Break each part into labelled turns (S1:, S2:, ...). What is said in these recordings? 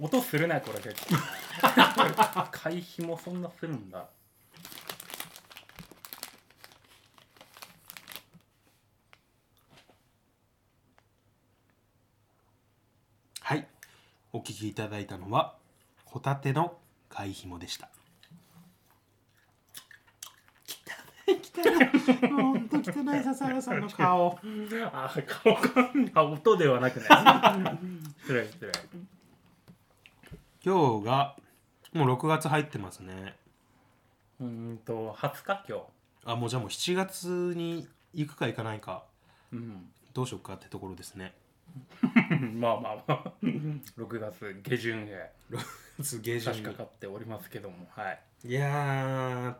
S1: 音するなこれ結構 会費もそんなするんだ
S2: はいお聞きいただいたのはホタテの貝ひもでした汚い汚いもうほんと汚い笹原さんの顔
S1: あ顔かあ音ではなくね失礼失礼
S2: 今日がもう6月入ってますね
S1: うーんと20日今
S2: あもうじゃあもう7月に行くか行かないか
S1: 日う
S2: どうしようかってところですね
S1: んまあまあまあ6月下旬へ
S2: 下
S1: 差し掛かっておりますけどもはい
S2: いや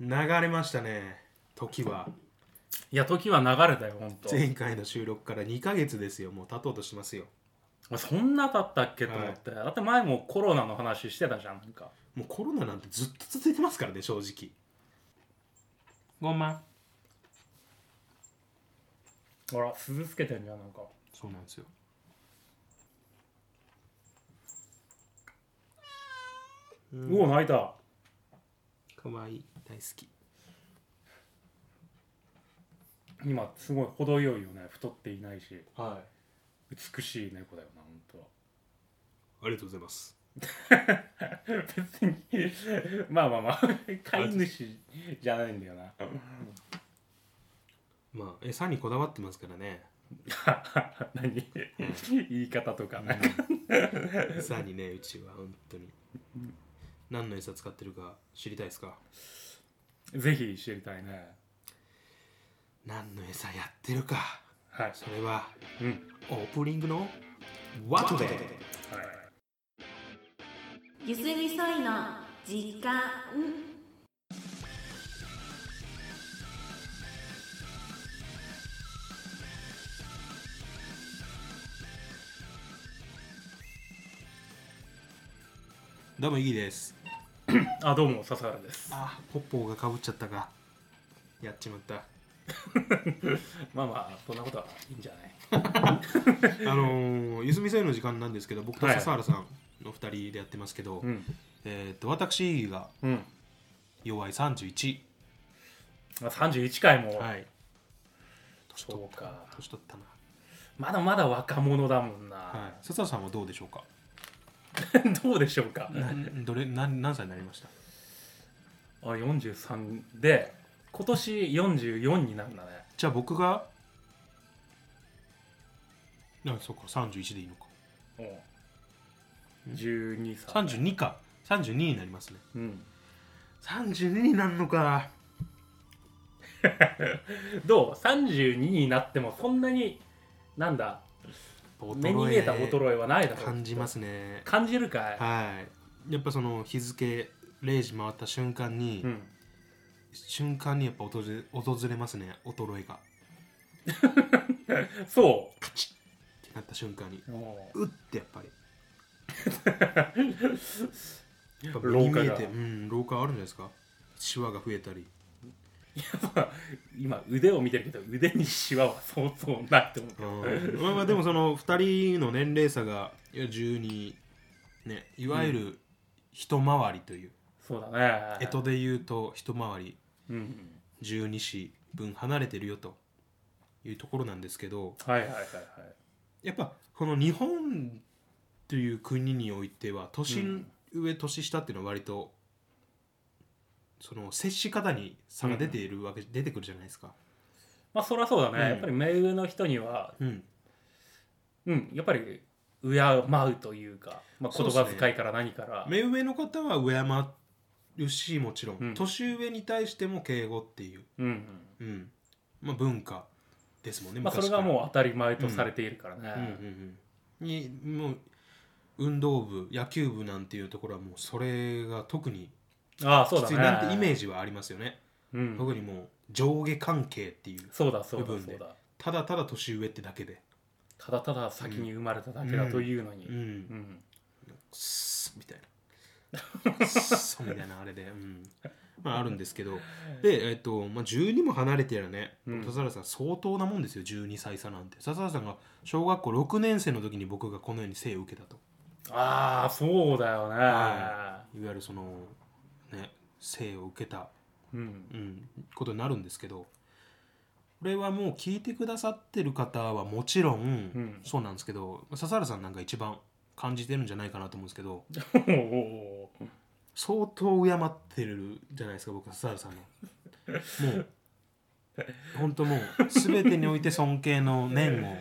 S2: ー流れましたね時はい
S1: や時は流れたよほんと
S2: 前回の収録から2ヶ月ですよもう経とうとしてますよ
S1: あそんなだったっけと思って、だって前もコロナの話してたじゃんなんか
S2: もうコロナなんてずっと続いてますからね正直ごまん
S1: あら鈴つけてんじゃんなんか
S2: そうなんですよ
S1: うお泣いた
S2: かわいい大好き
S1: 今すごい程よいよね太っていないし
S2: はい
S1: 美しい猫だよな本
S2: ありがとうございます
S1: 当は別にまあまあまあ飼い主じゃないんだよな
S2: まあ餌にこだわってますから ね
S1: 何言い方とかなんか
S2: 餌にねうちは本当に何の餌使ってるか知りたいですか
S1: ぜひ知りたいね
S2: 何の餌やってるか
S1: はい、
S2: それは
S1: うん
S2: オープニングの「ワトで
S1: はい、
S3: ゆすみそいの時間
S2: どうもいいです
S1: あどうも笹原です
S2: あポッポーがかぶっちゃったかやっちまった
S1: まあまあそんなことはいいんじゃない
S2: あのー、ゆすみせいの時間なんですけど僕と
S1: はい
S2: 笹原さんの2人でやってますけど、
S1: うん
S2: えーっと私が
S1: うん
S2: 弱い31
S1: まあ31回も、
S2: はい年取っ
S1: そうか
S2: 年取ったな、
S1: まだまだ若者だもんな、
S2: はい、笹原さんはどうでしょうか
S1: どうでしょうか
S2: などれな何歳になりました
S1: あ43で今年44になるんだね
S2: じゃあ僕があそうか31でいいのか
S1: うん12歳
S2: 32か32になりますね
S1: うん
S2: 32になるのか
S1: どう32になってもそんなになんだ目に見えた衰えはないだろう
S2: 感じますね
S1: 感じるかい、
S2: はいやっぱその日付0時回った瞬間に、
S1: うん、
S2: 瞬間にやっぱ訪れ訪れますね衰えがっ
S1: そ
S2: てなった瞬間に
S1: うも
S2: うってやっぱりやっぱ
S1: 老化が
S2: 目に見えてうん老化あるんじゃないですかシワが増えたり
S1: う今腕を見てるけど腕にシワはそうそうないと思うけ
S2: う
S1: ど、
S2: んまあまあでもその2人の年齢差がいや12ねいわゆる一回りという、
S1: そうだね
S2: 干支で言うと一回り
S1: うん
S2: 12子分離れてるよというところなんですけど
S1: はいはいはいはい
S2: やっぱこの日本という国においては年上年下っていうのは割とその接し方に差が出ているわけ、出てくるじゃないですか。
S1: まあそりゃそうだね、
S2: うん
S1: やっぱり目上の人には
S2: うん、
S1: うんやっぱり敬うというか、まあ、
S2: そう
S1: 言
S2: っすね
S1: 葉遣いから何から
S2: 目上の方は敬うしもちろん、
S1: うん
S2: 年上に対しても敬語っていう、
S1: うんうん
S2: うんまあ、文化ですもんね
S1: まあ、それがもう当たり前とされているから
S2: うんう
S1: ね。
S2: んうん、にもう運動部野球部なんていうところはもうそれが特に
S1: ああ、そ
S2: き
S1: うだ
S2: つ
S1: ね。
S2: いなんてイメージはありますよね、
S1: うん
S2: 特にもう上下関係っていう
S1: そうだそうだ
S2: 部分
S1: そ
S2: で
S1: うだ。
S2: ただただ年上ってだけで、
S1: ただただ先に生まれただけだというのに。
S2: う
S1: うん
S2: ん、くっそみたいなくっそみたいなあれで、うん、まああるんですけどでえっと、まあ、12も離れてやらね
S1: うん
S2: 笹原さん相当なもんですよ12歳差なんて笹原さんが小学校6年生の時に僕がこのように生を受けたと
S1: ああそうだよね、
S2: はいわゆるそのね生を受けた、
S1: うん
S2: うん、ことになるんですけどこれはもう聞いてくださってる方はもちろん、
S1: ん
S2: そうなんですけど笹原さんなんか一番感じてるんじゃないかなと思うんですけど
S1: おーおー
S2: 相当敬ってるじゃないですか僕は笹原さんの。もう本当もう全てにおいて尊敬の念を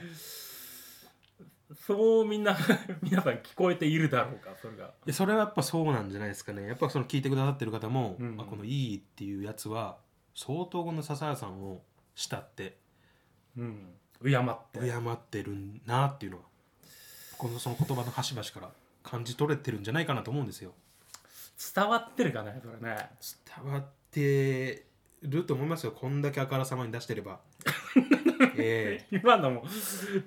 S1: そうみんな 皆さん聞こえているだろうかそれが
S2: でそれはやっぱそうなんじゃないですかねやっぱその聞いてくださってる方も、
S1: うん
S2: あこの「いい」っていうやつは相当この笹原さんを慕って
S1: うん敬って
S2: 敬ってるなっていうのはこのその言葉の端々から感じ取れてるんじゃないかなと思うんですよ
S1: 伝わってるかねそれね
S2: 伝わってると思いますよこんだけあからさまに出してれ ばえ
S1: 今のも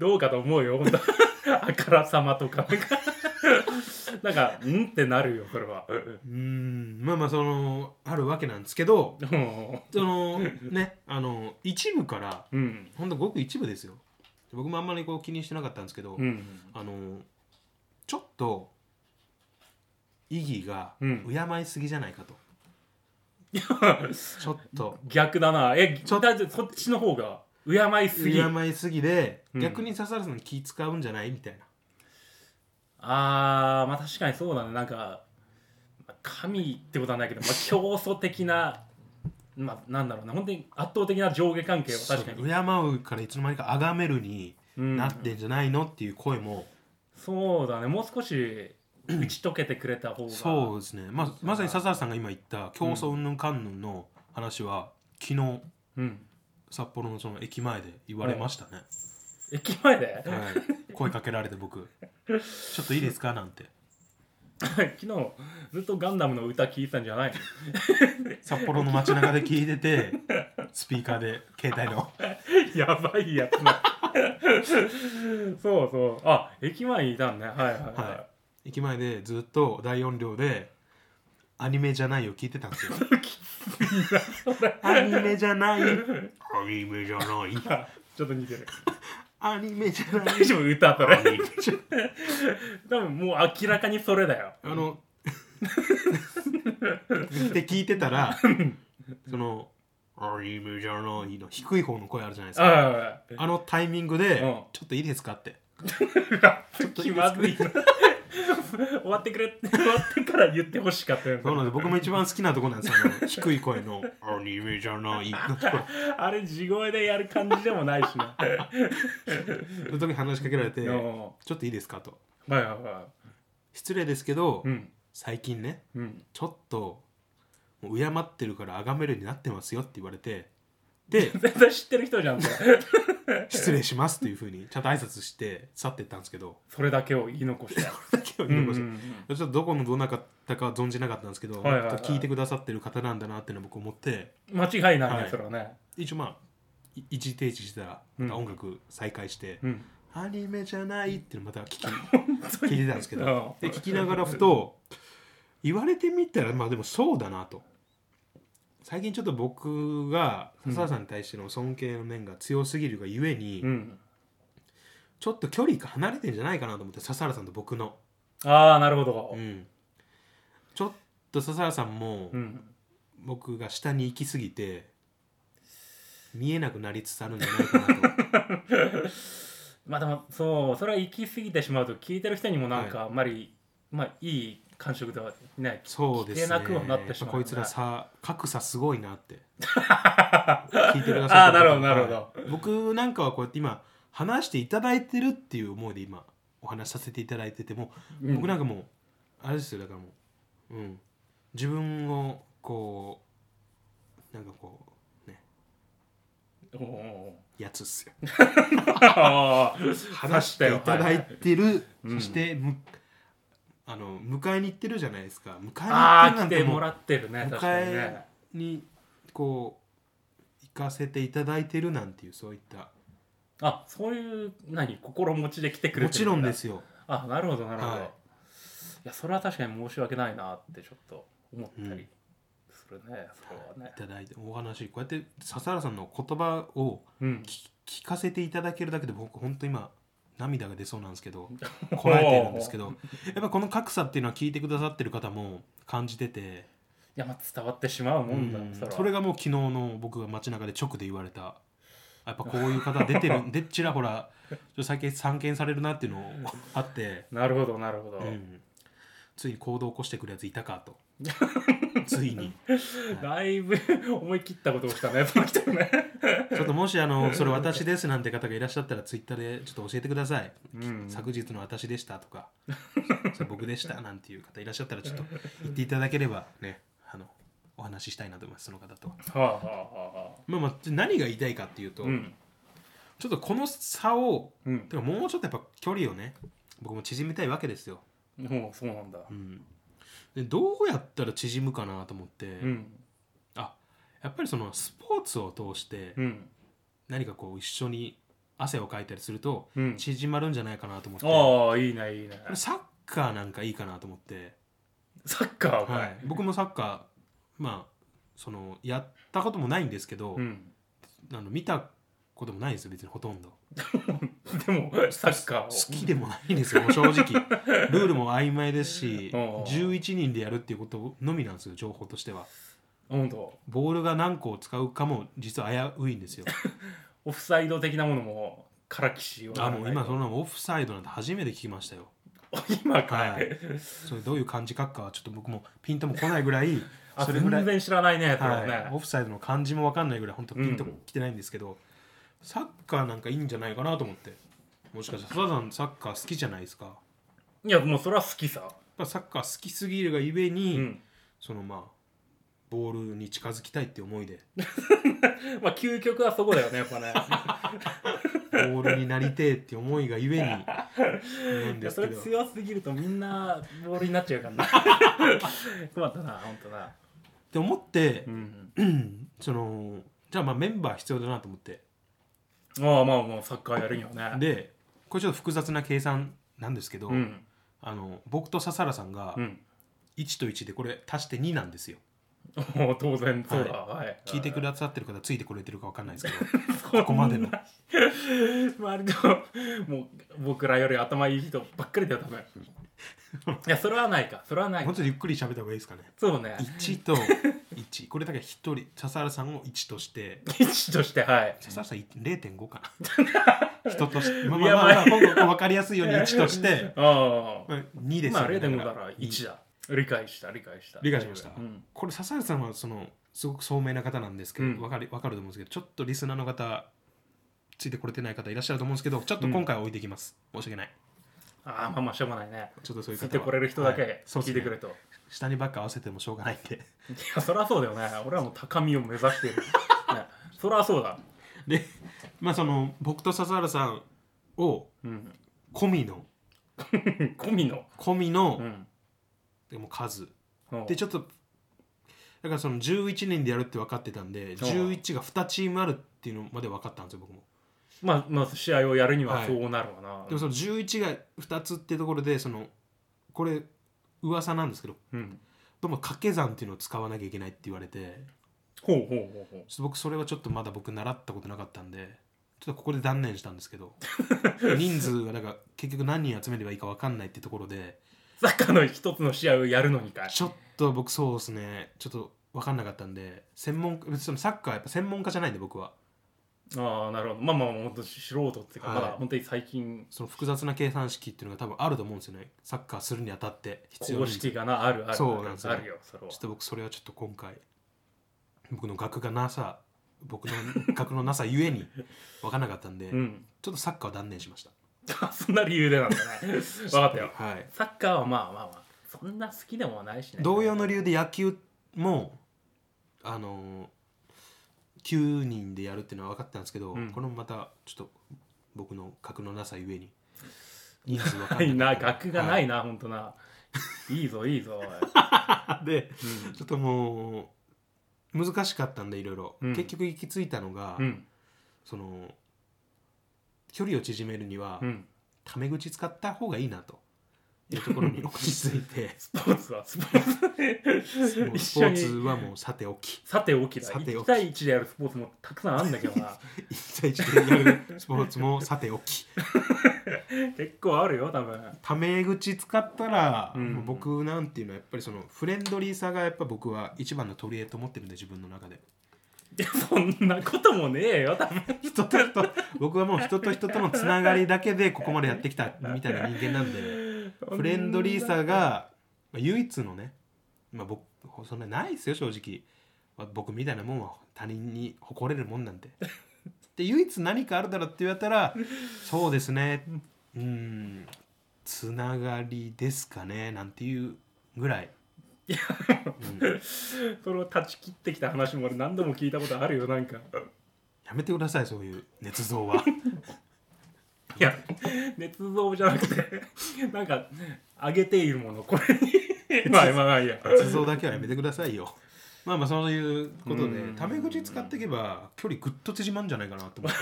S1: どうかと思うよ本当 あからさまとかなんか なんかうんってなるよそれは
S2: えうーんまあまあそのあるわけなんですけど
S1: うん
S2: そのねあの一部から
S1: うん
S2: ほんとごく一部ですよ僕もあんまりこう気にしてなかったんですけど、
S1: うん
S2: あのちょっと意義が
S1: うん
S2: 敬いすぎじゃないかと、ちょっと
S1: 逆だなえ
S2: ちょ
S1: だってそっちの方が敬いすぎ
S2: 敬いすぎで、
S1: うん
S2: 逆に笹原さんに気使うんじゃないみたいな
S1: あーまあ確かにそうだねなんかまあ神ってことはないけど、まあ、競争的な まあなんだろうな本当に圧倒的な上下関係は確かに、
S2: そう敬うからいつの間にか崇めるに
S1: うん
S2: なってんじゃないのっていう声も、
S1: そうだねもう少し打ち解けてくれた方が
S2: そうですね、まあ、まさに笹原さんが今言った競争云々かんぬんの話は、昨日
S1: うん
S2: 札幌のその駅前で言われましたね、
S1: 駅前で、
S2: はい、声かけられて僕ちょっといいですかなんて
S1: 昨日ずっとガンダムの歌聴いてたんじゃない
S2: 札幌の街中で聞いてて スピーカーで携帯の
S1: の やばいやつなそうそうあ駅前にいたんねはいはいはい、
S2: は駅前でずっと大音量でアニメじゃないを聞いてたんですよ アニメじゃない アニメじゃない
S1: あちょっと似てる
S2: アニメじゃない
S1: 大丈夫歌それ
S2: アニメじゃない
S1: 多分もう明らかにそれだよ
S2: あのって聞いてたらそのアニメじゃないの低い方の声あるじゃないですか
S1: あ
S2: あのタイミングで、
S1: うん
S2: ちょっといいですかって
S1: あ
S2: ちょっとい
S1: 気
S2: いです
S1: ま
S2: か
S1: ずいな終わってくれって終わってから言ってほしかったよね
S2: そうなんで僕も一番好きなとこなんですよ、あの低い声の「アニメじゃな い」のところ
S1: あれ地声でやる感じでもないし な
S2: その時に話しかけられて「ちょ
S1: の
S2: っといいですか?」と
S1: はいはいは
S2: 「失礼ですけど、
S1: いうん
S2: 最近ね
S1: うん
S2: ちょっともう敬ってるから崇めるようになってますよ」って言われて で
S1: 絶対知ってる人じゃんそ れ
S2: 「失礼します」っていうふうにちゃんと挨拶して去ってったんですけど
S1: それだけを言い残して
S2: だけを
S1: うん
S2: 言
S1: う
S2: い
S1: んう
S2: ました
S1: ん
S2: ちょっとどこのどなかったかは存じなかったんですけど、
S1: はいはいはい
S2: やっぱ聞いてくださってる方なんだなっていうのは僕思って
S1: 間違いない
S2: は
S1: ね
S2: い
S1: それはね
S2: 一応まあい一時停止したら
S1: うん
S2: また音楽再開して、
S1: うん
S2: アニメじゃないっていうのまた聞 き
S1: 当に
S2: 聞いてたんですけど
S1: うん
S2: で聞きながらふと言われてみたらまあでもそうだなと最近ちょっと僕が笹原さんに対しての尊敬の面が強すぎるがゆえに、
S1: うん
S2: ちょっと距離が離れてんじゃないかなと思って笹原さんと僕の、
S1: ああなるほど
S2: うんちょっと笹原さんも
S1: うん
S2: 僕が下に行き過ぎて見えなくなりつつあるんじゃないかなと
S1: まあでもそうそれは行き過ぎてしまうと聞いてる人にもなんかあんまりまあいい感触ではない
S2: そうですね
S1: 聞けなくはなってしまうね
S2: やっぱこいつらさ格差すごい なって聞いてくだ
S1: あ
S2: さ
S1: あ
S2: って
S1: なる
S2: る方
S1: ほどなるほど
S2: はい僕なんかはこうやって今話していただいてるっていう思いで今お話しさせていただいてても
S1: うん
S2: 僕なんかもうあれですよだからもう、うん、自分をこうなんかこうね
S1: おうおうおう
S2: やつっすよ
S1: ああ
S2: 話していただいてる、
S1: うん
S2: そしてむあの迎えに行ってるじゃないですか迎えに行
S1: ああ
S2: ってるな
S1: 来
S2: ん
S1: て
S2: ても
S1: も
S2: う
S1: らってるね確かに
S2: 迎
S1: ね
S2: えにこう行かせていただいてるなんていうそういった
S1: あそういう何心持ちで来てくれてる
S2: もちろんですすよ
S1: あなるほどなるほど、
S2: はい
S1: い、やそれは確かに申し訳ないなってちょっと思ったりするね、それはいね
S2: ただいてお話こうやって笹原さんの言葉を
S1: うん
S2: 聞聞かせていただけるだけで僕本当今涙が出そうなんです けどこらえてるんですけどやっぱこの格差っていうのは聞いてくださってる方も感じてて
S1: やまあ伝わってしまうもんだ、
S2: うん
S1: それは
S2: それがもう昨日の僕が街中で直で言われたやっぱこういう方出て るでちらほらちょっと最近散見されるなっていうのをあって、
S1: なるほどなるほど、
S2: うんついに行動を起こしてくるやついたか とついに
S1: だいぶ 思い切ったことをしたねやっぱり来てるね、
S2: ちょっともしあのそれ私ですなんて方がいらっしゃったらツイッターでちょっと教えてください、
S1: うん、
S2: 昨日の私でしたとかそれ僕でしたなんていう方いらっしゃったらちょっと言っていただければねあのお話ししたいなと思いますその方とは
S1: はあはあはあはあ
S2: まあまあ何が言いたいかっていうと、
S1: うん
S2: ちょっとこの差を
S1: うん
S2: てかもうちょっとやっぱ距離をね僕も縮めたいわけですよ、
S1: もうそうなんだ
S2: うん、でどうやったら縮むかなと思って、
S1: うん
S2: あやっぱりそのスポーツを通して
S1: うん
S2: 何かこう一緒に汗をかいたりすると
S1: うん
S2: 縮まるんじゃないかなと思って、
S1: ああいいねいいね
S2: サッカーなんかいいかなと思って、
S1: サッカーか
S2: はい、僕もサッカーまあそのやったこともないんですけど、
S1: うん
S2: あの見たこともないんですよ別にほとんど
S1: でもサッカーを
S2: 好きでもないんですよ正直 ルールも曖昧ですし
S1: うん
S2: 11人でやるっていうことのみなんですよ情報としては
S1: 本当
S2: ボールが何個を使うかも実は危ういんですよ
S1: オフサイド的なものもからきしを
S2: あもう今そんなのオフサイドなんて初めて聞きましたよ
S1: 今かい、
S2: はいそれどういう漢字書くかはちょっと僕もピンとも来ないぐらい
S1: あ
S2: それぐらい
S1: 全然知らないねそれはね、
S2: はい、オフサイドの漢字も分かんないぐらい本当ピンとも来てないんですけど、サッカーなんかいいんじゃないかなと思ってもしかしたら佐田さんサッカー好きじゃないですかやっ
S1: い、やもうそれは好きさ
S2: ぱサッカー好きすぎるがゆえに、
S1: うん
S2: そのまあボールに近づきたいって思いで
S1: まあ究極はそこだよねやっぱね
S2: ボールになりてえって思いがゆえになん
S1: い
S2: で
S1: や
S2: す
S1: そ
S2: け
S1: れ
S2: ど
S1: 強すぎるとみんなボールになっちゃうから な困ったな本当な
S2: って思って
S1: う、ん
S2: そのじゃあまあメンバー必要だなと思って
S1: ああまあもうサッカーやるにはね
S2: でこれちょっと複雑な計算なんですけど、
S1: うん
S2: あの僕と笹原さんが
S1: うん
S2: 1と1でこれ足して2なんですよ
S1: もう当然そうだ、はい
S2: 聞いてく
S1: れ
S2: ださってる方ついてこれてるか分かんないですけ ど
S1: こ
S2: こまでの
S1: 周りのもう僕らより頭いい人ばっかりだよ多 分いやそれはないかそれはない
S2: もうちょっとゆっくり喋った方がいいですかね
S1: そうね
S2: 1と1これだけ1人笹原さんを1として
S1: 一としてはい
S2: 笹原さんい0.5か な人としてまあ
S1: い
S2: ま
S1: や
S2: あまあ、まあ、
S1: まあ
S2: 今度分かりやすいように1として、
S1: ああ
S2: まあ、2です
S1: ま
S2: よ
S1: あ
S2: ね
S1: 0.5なら1だ理解した理解した
S2: 理解しました
S1: うん
S2: これ笹原さんはそのすごく聡明な方なんですけど、
S1: うん
S2: わかるわかると思うんですけどちょっとリスナーの方ついてこれてない方いらっしゃると思うんですけどちょっと今回は置いてきます、申し訳ない
S1: ああまあまあしょうがないね
S2: ちょっとそういう
S1: つ
S2: 方
S1: い
S2: は
S1: てこれる人だ
S2: は
S1: け
S2: そうっす
S1: 聞い
S2: ね
S1: てくれと、
S2: 下にばっか合わせてもしょうがないんで
S1: いやそりゃそうだよね俺はもう高みを目指して る、ね、そりゃそうだ
S2: で まあその僕と笹原さんを
S1: うん
S2: 込みの
S1: 込みの
S2: 込み
S1: う
S2: の、
S1: ん
S2: でも数
S1: うん
S2: でちょっとだからその11人でやるって分かってたんで11が2チームあるっていうのまで分かったんですよ僕も
S1: まあまあ試合をやるには
S2: はい
S1: そうなるわな、
S2: でもその11が2つってところでそのこれ噂なんですけど
S1: うん、
S2: どうも掛け算っていうのを使わなきゃいけないって言われて
S1: ほうほうほうほう
S2: ちょっと僕それはちょっとまだ僕習ったことなかったんでちょっとここで断念したんです けど人数がなんか結局何人集めればいいか分かんないってところで
S1: サッカーの一つの試合をやるのにかい
S2: ちょっと僕そうですねちょっと分かんなかったんで専門別にそのサッカーはやっぱ専門家じゃないんで僕は
S1: ああなるほどまあまあ本当素人っていうか、
S2: はい
S1: まだ本当に最近
S2: その複雑な計算式っていうのが多分あると思うんですよねサッカーするにあたって必要
S1: 公
S2: な
S1: 式
S2: ちょ
S1: がなあるある
S2: そうなんですよ
S1: あるよそれは
S2: っと僕それはちょっと今回僕の学がなさ僕の学のなさゆえに分かんなかったんで、
S1: う
S2: ち
S1: ん
S2: ょっとサッカーは断念しました
S1: そんな理由でなん だね分かったよ
S2: はい
S1: サッカーはまあまあまあそんな好きでもないしね
S2: 同様の理由で野球もあのー、9人でやるっていうのは分かってたんですけど、
S1: うん
S2: これもまたちょっと僕の格のなさゆえに人数分かん
S1: ない な
S2: かった
S1: 学がな
S2: はい
S1: な、ほんとないいぞいい ぞおい
S2: いでちょっともう難しかったんでいろいろ、
S1: うん
S2: 結局行き着いたのが、
S1: うんうん
S2: その距離を縮めるには、
S1: うん
S2: タメ口使った方がいいなというところに落ち着いて
S1: スポーツはスポーツ
S2: もう
S1: 一
S2: スポ
S1: 緒
S2: ーツ
S1: に
S2: はもうさておき
S1: さておきだ
S2: さてお
S1: 1
S2: き
S1: 対1でやるスポーツもたくさんあるんだけど な
S2: 一対一でやるスポーツもさておき
S1: 結構あるよ多分
S2: タメ口使ったら、
S1: うん
S2: もう僕なんていうのはやっぱりそのフレンドリーさがやっぱ僕は一番の取り柄と思ってるんで自分の中で
S1: いやそんなこともねえよ多分
S2: 人と人僕はもう人と人とのつながりだけでここまでやってきたみたいな人間なんで フレンドリーさがまあ唯一のね、まあ、僕そんなないですよ正直、まあ僕みたいなもんは他人に誇れるもんな んてで唯一何かあるだろうって言われたらそうですねうんつながりですかねなんていうぐらいうん
S1: それを断ち切ってきた話も俺何度も聞いたことあるよなんか
S2: やめてくださいそういう捏 造は
S1: いや捏造じゃなくてなんかあげているものこれにまあ まあまあいいや
S2: 捏造だけはやめてくださいよまあまあそういうことで
S1: うん
S2: タメ口使っていけば距離ぐっと縮まるんじゃないかなと思 って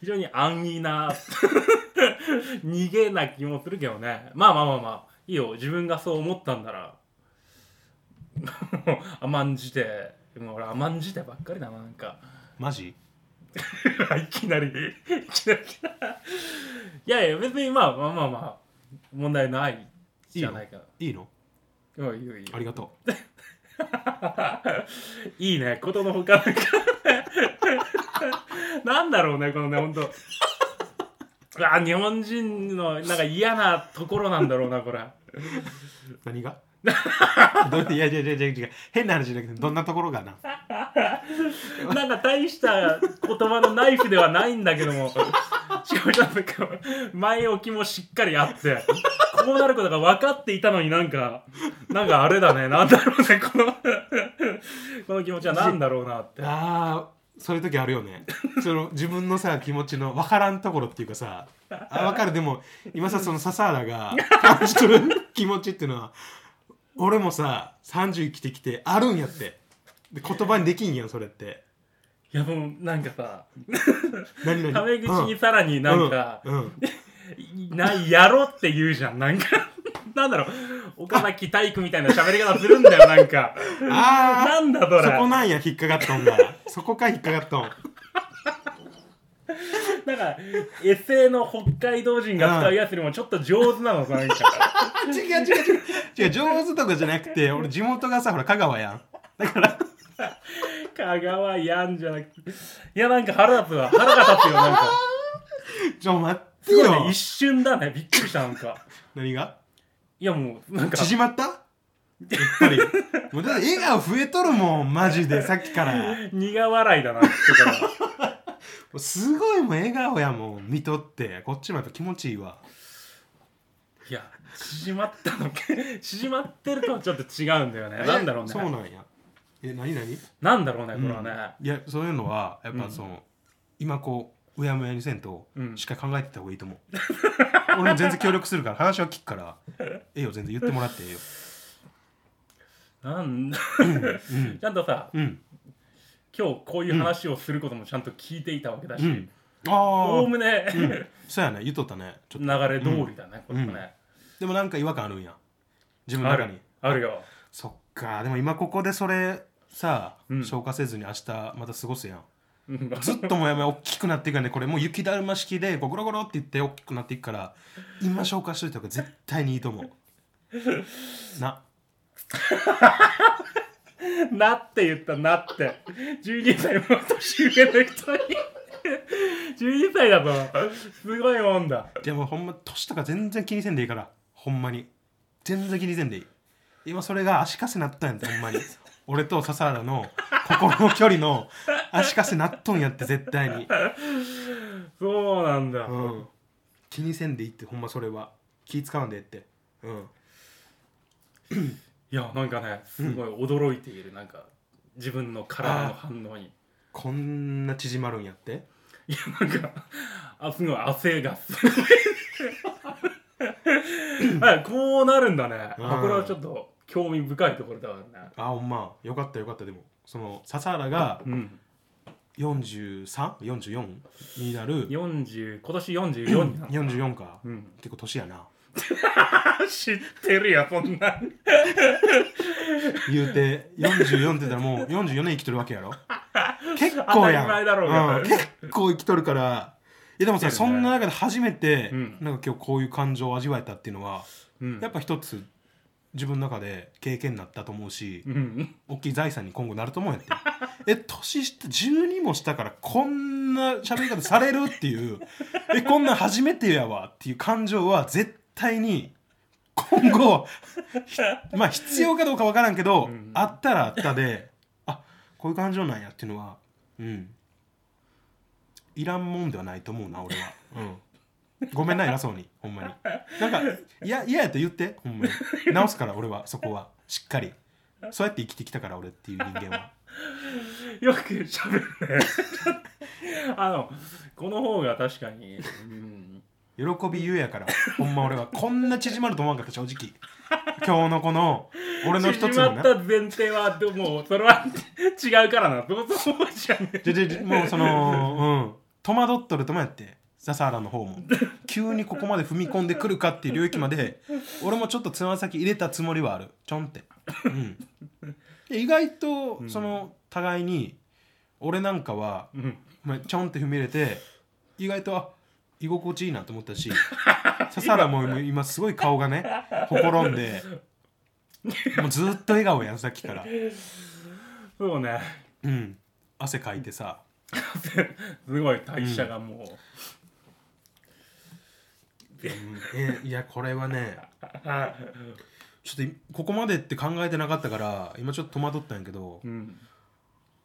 S1: 非常に安易な逃げな気もするけどねまあまあまあまあいいよ自分がそう思ったんなら 甘んじてもう俺甘んじてばっかりだななんか
S2: マジ
S1: いきなりいきなりいやいや別にまあまあまあまあ問題ないじゃないか
S2: いいの
S1: うんいいよ いいよ
S2: ありがとう
S1: いいね、ことのほかなんか。 なんだろうね、このね、ほんと。うわ日本人のなんか嫌なところなんだろうな、これ。
S2: 何 がどうやっていやいやいやいや違う変な話じゃなくてどんなところがな
S1: なんか大した言葉のナイフではないんだけども、しかもなんか前置きもしっかりあって、こうなることが分かっていたのになんか、なんかあれだね、なんだろうね、この、この気持ちはなんだろうなって。
S2: あーそういう時あるよねその自分のさ気持ちの分からんところっていうかさあ分かるでも今さその笹原が感じ取る気持ちっていうのは俺もさ30生きてきてあるんやってで言葉にできんやんそれって
S1: いやもうなんかさ、
S2: 何々
S1: タメ口
S2: う
S1: にさらになんか、
S2: うんうん
S1: ないやろって言うじゃんなんかなんだろう岡崎体育みたいな喋り方するんだよなんか
S2: ああ
S1: なんだそれ
S2: そこなんや引っかかっとんがそこか引っかかっとん
S1: なんかエセの北海道人が使うやつよりもちょっと上手なのさなんか
S2: 違う違う違う違う上手とかじゃなくて俺地元がさほら香川やんだから
S1: 香川やんじゃなくていやなんか腹立つわ腹が立つよなんか
S2: ちょ待って
S1: すごいね
S2: よ
S1: 一瞬だねびっくりしたなんか
S2: 何が
S1: いやもうなんか
S2: 縮まったやっぱり もうだって笑顔増えとるもんマジ でさっきからも
S1: 苦笑いだなってから
S2: うすごいもう笑顔やもん見とってこっちもやっぱ気持ちいいわ
S1: いや縮まったのか縮まってるとはちょっと違うんだよね
S2: え
S1: なんだろうね
S2: そうなんやえ何何
S1: なんだろうねこれはね、
S2: いやそういうのはやっぱその、今こううやむやにせんと
S1: うん
S2: しっかり考えてた方がいいと思う、 俺も全然協力するから話は聞くからええよ全然言ってもらってええよ
S1: なん
S2: うん
S1: ちゃんとさ
S2: うん
S1: 今日こういう話をすることもちゃんと聞いていたわけだ
S2: う
S1: し
S2: んあ
S1: おお
S2: あ
S1: むね、
S2: そうやね言っとったねちょっ
S1: 流
S2: と
S1: れ通りだね、これもね、
S2: でもなんか違和感あるんや自分の
S1: あ
S2: 中
S1: る
S2: に
S1: あるよ
S2: そっかでも今ここでそれさ、
S1: うん
S2: 消化せずに明日また過ごすやん
S1: うん
S2: ずっともやもや大きくなっていくからねこれもう雪だるま式でこうゴロゴロっていって大きくなっていくから今消化しといた方が絶対にいいと思うな
S1: なって言ったなって12歳も年上の人に12歳だとすごいもんだ
S2: じゃあもうほんま年とか全然気にせんでいいからほんまに全然気にせんでいい今それが足かせなったんやってほんまに俺と笹原の心の距離の足かせなっとんやって絶対に
S1: そうなんだ、
S2: うん、気にせんでいいってほんまそれは気使わんでええってうん
S1: いやなんかねすごい驚いているなんか自分の体の反応に
S2: こんな縮まるんやって
S1: いやなんかあすごい 汗がすごいはいこうなるんだね、
S2: うん
S1: あこれはちょっと興味深いところだわね
S2: あほんまよかったよかったでもその笹原が
S1: うん、
S2: 4344になる
S1: 40今年44になる、
S2: 44か
S1: うん、
S2: 結構年やな
S1: 知ってるよこんなん
S2: 言うて44って言ったらもう44年生きとるわけ やろ結
S1: 当
S2: 構
S1: た
S2: や
S1: り
S2: ん
S1: 前だろうが
S2: うん結構生きとるからいやでもさ
S1: 生きて
S2: そ
S1: るね
S2: んな中で初めて、
S1: うん
S2: なんか今日こういう感情を味わえたっていうのは、
S1: うん
S2: やっぱ一つ自分の中で経験になったと思うし、
S1: うん
S2: 大きい財産に今後なると思うんやって え年下12もしたからこんな喋り方されるっていう えこんなん初めてやわっていう感情は絶対に今後 ひまあ必要かどうかわからんけど、
S1: うん
S2: あったらあったであこういう感情なんやっていうのはうんいらんもんではないと思うな俺は、うん、ごめんな偉そうにほんまになんかいや嫌やと言ってほんまに直すから俺はそこはしっかりそうやって生きてきたから俺っていう人間は
S1: よく喋るねあのこの方が確かに、うん、
S2: 喜びゆえやからほんま俺はこんな縮まると思わんかった正直今日のこの俺の一つ
S1: 縮
S2: の
S1: まっ
S2: な
S1: た前提はでもそれは違うからなどうぞそうじゃねえ
S2: じゃじゃじゃもうそのうん戸惑っとるともやって笹原の方も急にここまで踏み込んでくるかっていう領域まで俺もちょっとつま先入れたつもりはあるちょんって、うん、で意外とその互いに俺なんかは
S1: うん
S2: まあ、ちょんって踏み入れて意外とあ居心地いいなと思った し笹原も今今すごい顔がねほころんでもうずっと笑顔やんさっきから
S1: そうね
S2: うん汗かいてさ
S1: すごい代謝がも
S2: うんえいやこれはね
S1: う、あ
S2: ちょっといここまでって考えてなかったから今ちょっと戸惑ったんやけど
S1: うん、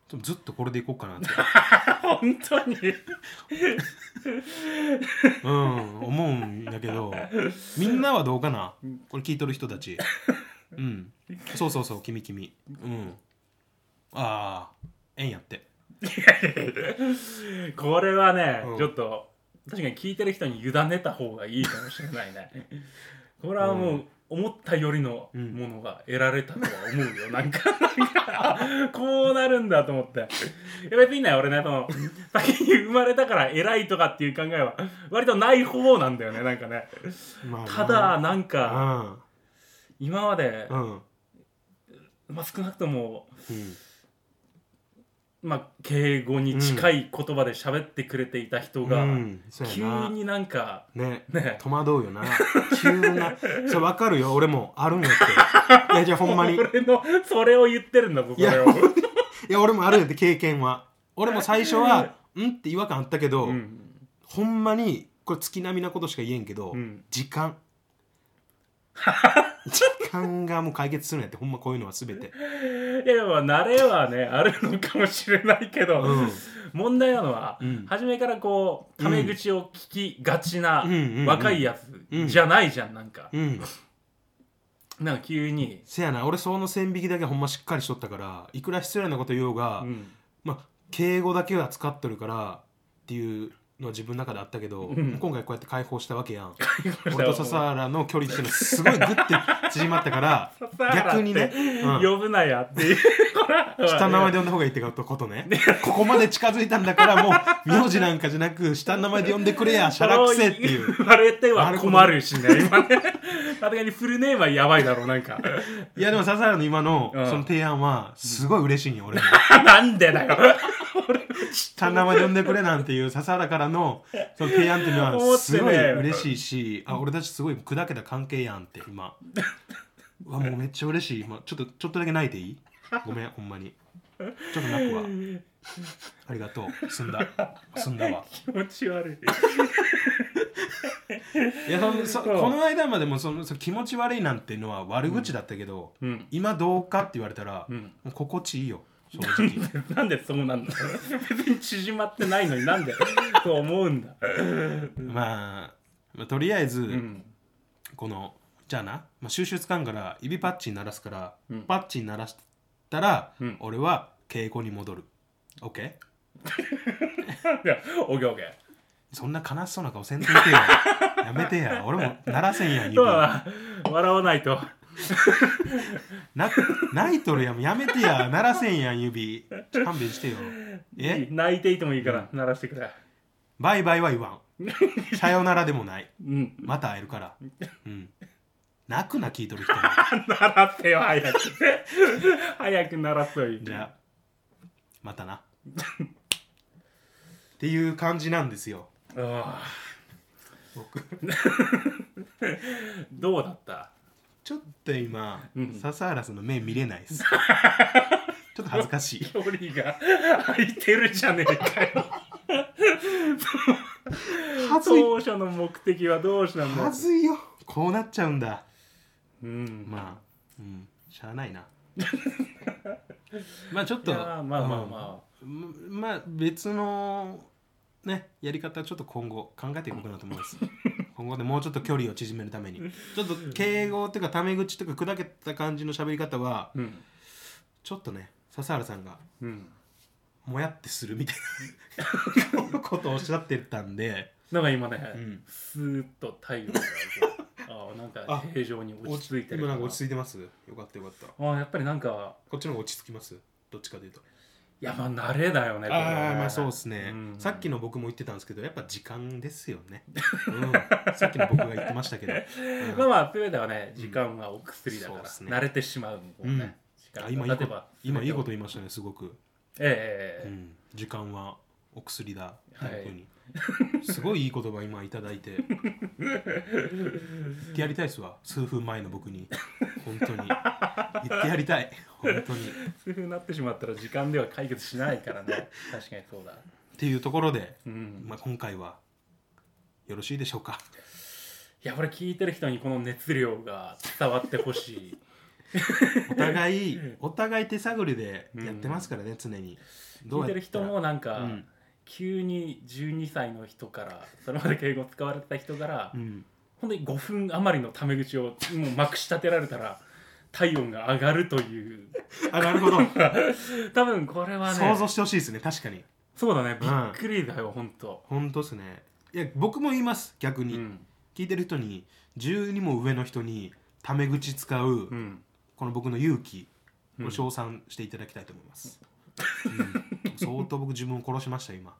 S2: でもずっとこれでいこうかなって、
S1: 本当に
S2: うん、思うんだけどみんなはどうかなこれ聞いとる人たちうんそうそうそう君君うんああえんやって
S1: これはね、
S2: うん
S1: ちょっと確かに聞いてる人に委ねた方がいいかもしれないね これはもう、
S2: うん
S1: 思ったよりの
S2: うん
S1: ものが得られたとは思う よ、なんかなんかあこうなるんだと思っていや別にね俺ねそ の先に生まれたから偉いとかっていう考えは割とない方なんだよねなんかね
S2: まあ
S1: ただなんか
S2: な
S1: 今まで
S2: う、んうん
S1: まあ、少なくとも
S2: うん
S1: まあ敬語に近い言葉で喋ってくれていた人が、
S2: うんそうや
S1: 急
S2: な
S1: になんか
S2: ね
S1: ね
S2: 戸惑うよな急なそれ分かるよ俺もあるんやっていやじゃあほんまにい
S1: 俺のそれを言ってるんだぞそ
S2: いや
S1: れを、
S2: や俺もあるんやって経験は俺も最初は「ん?」って違和感あったけど、
S1: うん
S2: ほんまにこれ月並みなことしか言えんけど、
S1: うん
S2: 時間時間がもう解決するんやってほんまこういうのは全 て、
S1: いやでも慣れはねあるのかもしれないけど、
S2: うん
S1: 問題なのは、
S2: うん
S1: 初めからこうタメ口を聞きがちな
S2: うんうんうん
S1: 若いやつじゃないじゃんなんか、
S2: うん、
S1: なんか急に、
S2: せやな俺その線引きだけほんましっかりしとったからいくら失礼なこと言おうが、
S1: うん
S2: まあ、敬語だけは使っとるからっていうのは自分の中であったけど、
S1: うん
S2: 今回こうやって解放したわけやん俺と笹原の距離っていうのはすごいグッて縮まったから
S1: 笹原って
S2: 逆にね、うん、
S1: 呼ぶなやっていう
S2: 下の名前で呼んだ方がいいってことねここまで近づいたんだからもう名字なんかじゃなく下の名前で呼んでくれやしゃらくせっていう
S1: それを言われては困るしね今 ねさすがにフルネームはやばいだろうなんか
S2: いやでも笹原の今の
S1: うん
S2: その提案はすごい嬉しいんよ俺も
S1: なんでだよ
S2: 下の名前で呼んでくれなんていう笹原からのその提案っていうの
S1: 思
S2: は
S1: ってね
S2: すごい嬉しいし、あ俺たちすごい砕けた関係やんって今うわもうめっちゃ嬉しい今ちょっとちょっとだけ泣いていいごめんほんまにちょっと泣くわありがとう済んだ済んだわ
S1: 気持ち悪い
S2: いやそのそこの間までもそのその気持ち悪いなんていうのは悪口だったけど、
S1: うん
S2: 今どうかって言われたら、
S1: うん
S2: もう心地いいよ正直
S1: なんでそうなんだ別に縮まってないのになんで そう思うんだ
S2: まあ、まあとりあえず、
S1: うん
S2: このじゃあな、まあ、収集つかんから指パッチン鳴らすから、
S1: うん
S2: パッチン鳴らしたら、
S1: うん
S2: 俺は敬語に戻る OK?
S1: いやオッケーオッケー
S2: そんな悲しそうな顔せんといて よやめてや俺も鳴らせんやん指
S1: そうだな 笑わないと
S2: な泣いとるやんやめてや鳴らせんやん指勘弁してよえ
S1: 泣いていてもいいから鳴らしてくれ
S2: バイバイは言わんさよならでもない
S1: うん
S2: また会えるからうん泣くな聞いとる 人も
S1: 習ってよ早く 早く習ってよ
S2: じゃあまたなっていう感じなんですよ
S1: あ
S2: 僕
S1: あどうだった
S2: ちょっと今、
S1: うん
S2: 笹原さんの目見れないで すちょっと恥ずかしい
S1: 距離が空いてるじゃねえかよ
S2: 恥ずい
S1: 当初の目的はどうしたんだ
S2: 恥ずいよこうなっちゃうんだ
S1: うん
S2: まあうんしゃあな いなまあちょっ
S1: い
S2: と
S1: やーまあまあまあ
S2: うんまあ別のねやり方ちょっと今後考えていこうかなと思います 今後でもうちょっと距離を縮めるためにちょっと敬語っていうかタメ口とか砕けた感じの喋り方は
S1: うん
S2: ちょっとね笹原さんが
S1: うん
S2: もやってするみたい なことをおっしゃってたんで、
S1: なんか今ね、
S2: うん
S1: スーッと太 陽がああなんか
S2: あ
S1: 平常に落ち着いてる
S2: 今なんか落ち着いてますよかったよかった
S1: ああやっぱりなんか
S2: こっちの方が落ち着きますどっちかというと
S1: いやまあ慣れだよねこれ
S2: ああまあそうですね、
S1: うん
S2: さっきの僕も言ってたんですけどやっぱ時間ですよね、うん、さっきの僕が言ってました けど、うん
S1: まあまあプレーではね時間はお薬だから、
S2: そうっすね
S1: 慣れてしまうもんね、時
S2: あ
S1: 間
S2: 今い
S1: が
S2: い
S1: 経て
S2: こ
S1: ば
S2: と今いいこ
S1: え
S2: と言いましたねすごく、
S1: ええ
S2: う
S1: え
S2: ん、時間はお薬だ
S1: はい
S2: っていうふうにすごいいい言葉今いただ いて言ってやりたいですわ数分前の僕に本当に言ってやりたい本当に
S1: えそういうふうになってしまったら時間では解決しないから ね確かにそうだ
S2: っていうところで、
S1: うん
S2: まあ、今回はよろしいでしょうか
S1: いやこれ聞いてる人にこの熱量が伝わってほしい
S2: お 互いお互い手探りでやってますからね、常に
S1: 聞いてる人も
S2: う
S1: なんか、
S2: やったらうん
S1: 急に12歳の人からそれまで敬語使われてた人から、
S2: うん
S1: 本当に5分余りのタメ口をもうまくし立てられたら体温が上がるという
S2: あな るほど
S1: 多分これはね
S2: 想像してほしいですね確かに
S1: そうだねび
S2: う
S1: っ
S2: ん
S1: くりだよ、本当
S2: 本当ですねいや僕も言います逆
S1: う
S2: に、
S1: ん
S2: 聞いてる人に12も上の人にタメ口使う、
S1: うん
S2: この僕の勇気
S1: うん
S2: を称賛していただきたいと思います、うん相当僕自分を殺しました今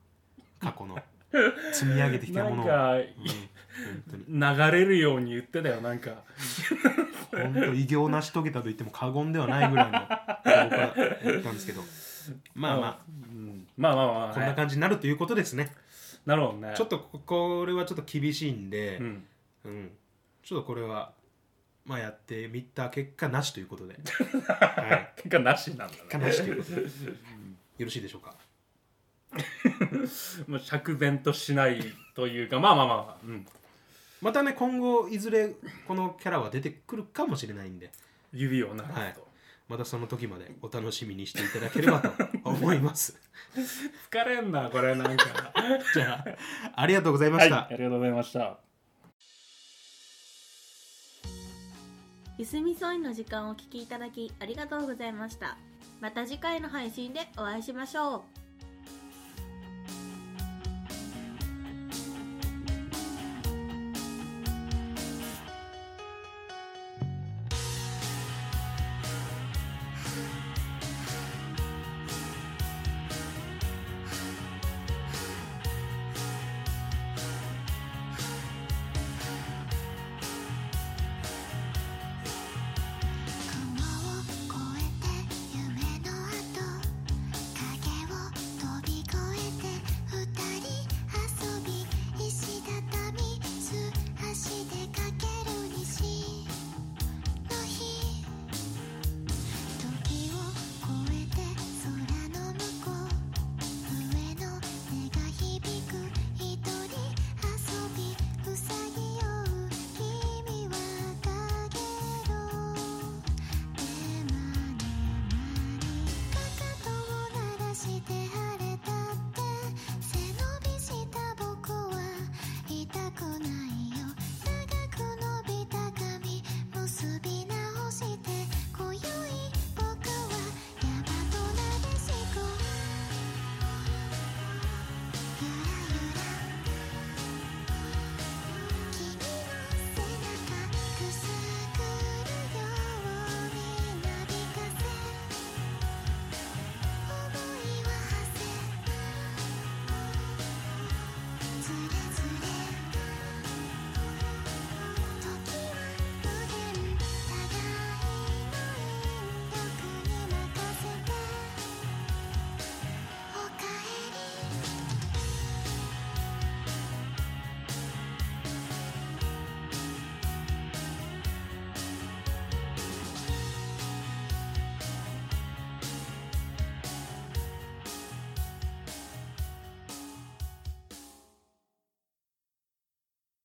S2: 過去 の積み上げてきた
S1: な
S2: もの
S1: ん
S2: を、
S1: か
S2: うん本当
S1: 流
S2: に
S1: れるように言ってたよなんか
S2: 本当偉業を成し遂げたと言っても過言ではないぐらいの僕は言ったんですけどまあま
S1: うんまあまあまあ、
S2: あ
S1: ね、
S2: こんな感じになるということですね
S1: なるほどね
S2: ちょっとここれはちょっと厳しいんで、
S1: うん
S2: うん、ちょっとこれは、まあ、やってみた結果なしということで、は
S1: 結果なしなん
S2: い、
S1: だ
S2: な
S1: ね
S2: しということでよろしいでしょうか
S1: もう釈然としないというかまあまあまあまあ、うん、
S2: またね今後いずれこのキャラは出てくるかもしれないんで
S1: 指を鳴らすと、
S2: はいまたその時までお楽しみにしていただければと思います
S1: 疲れんなこれなんか
S2: じゃあありがとうございま
S1: は
S2: し
S1: い
S2: た、
S1: ありがとうございました
S3: ゆすみそいの時間をお聞きいただきありがとうございましたまた次回の配信でお会いしましょう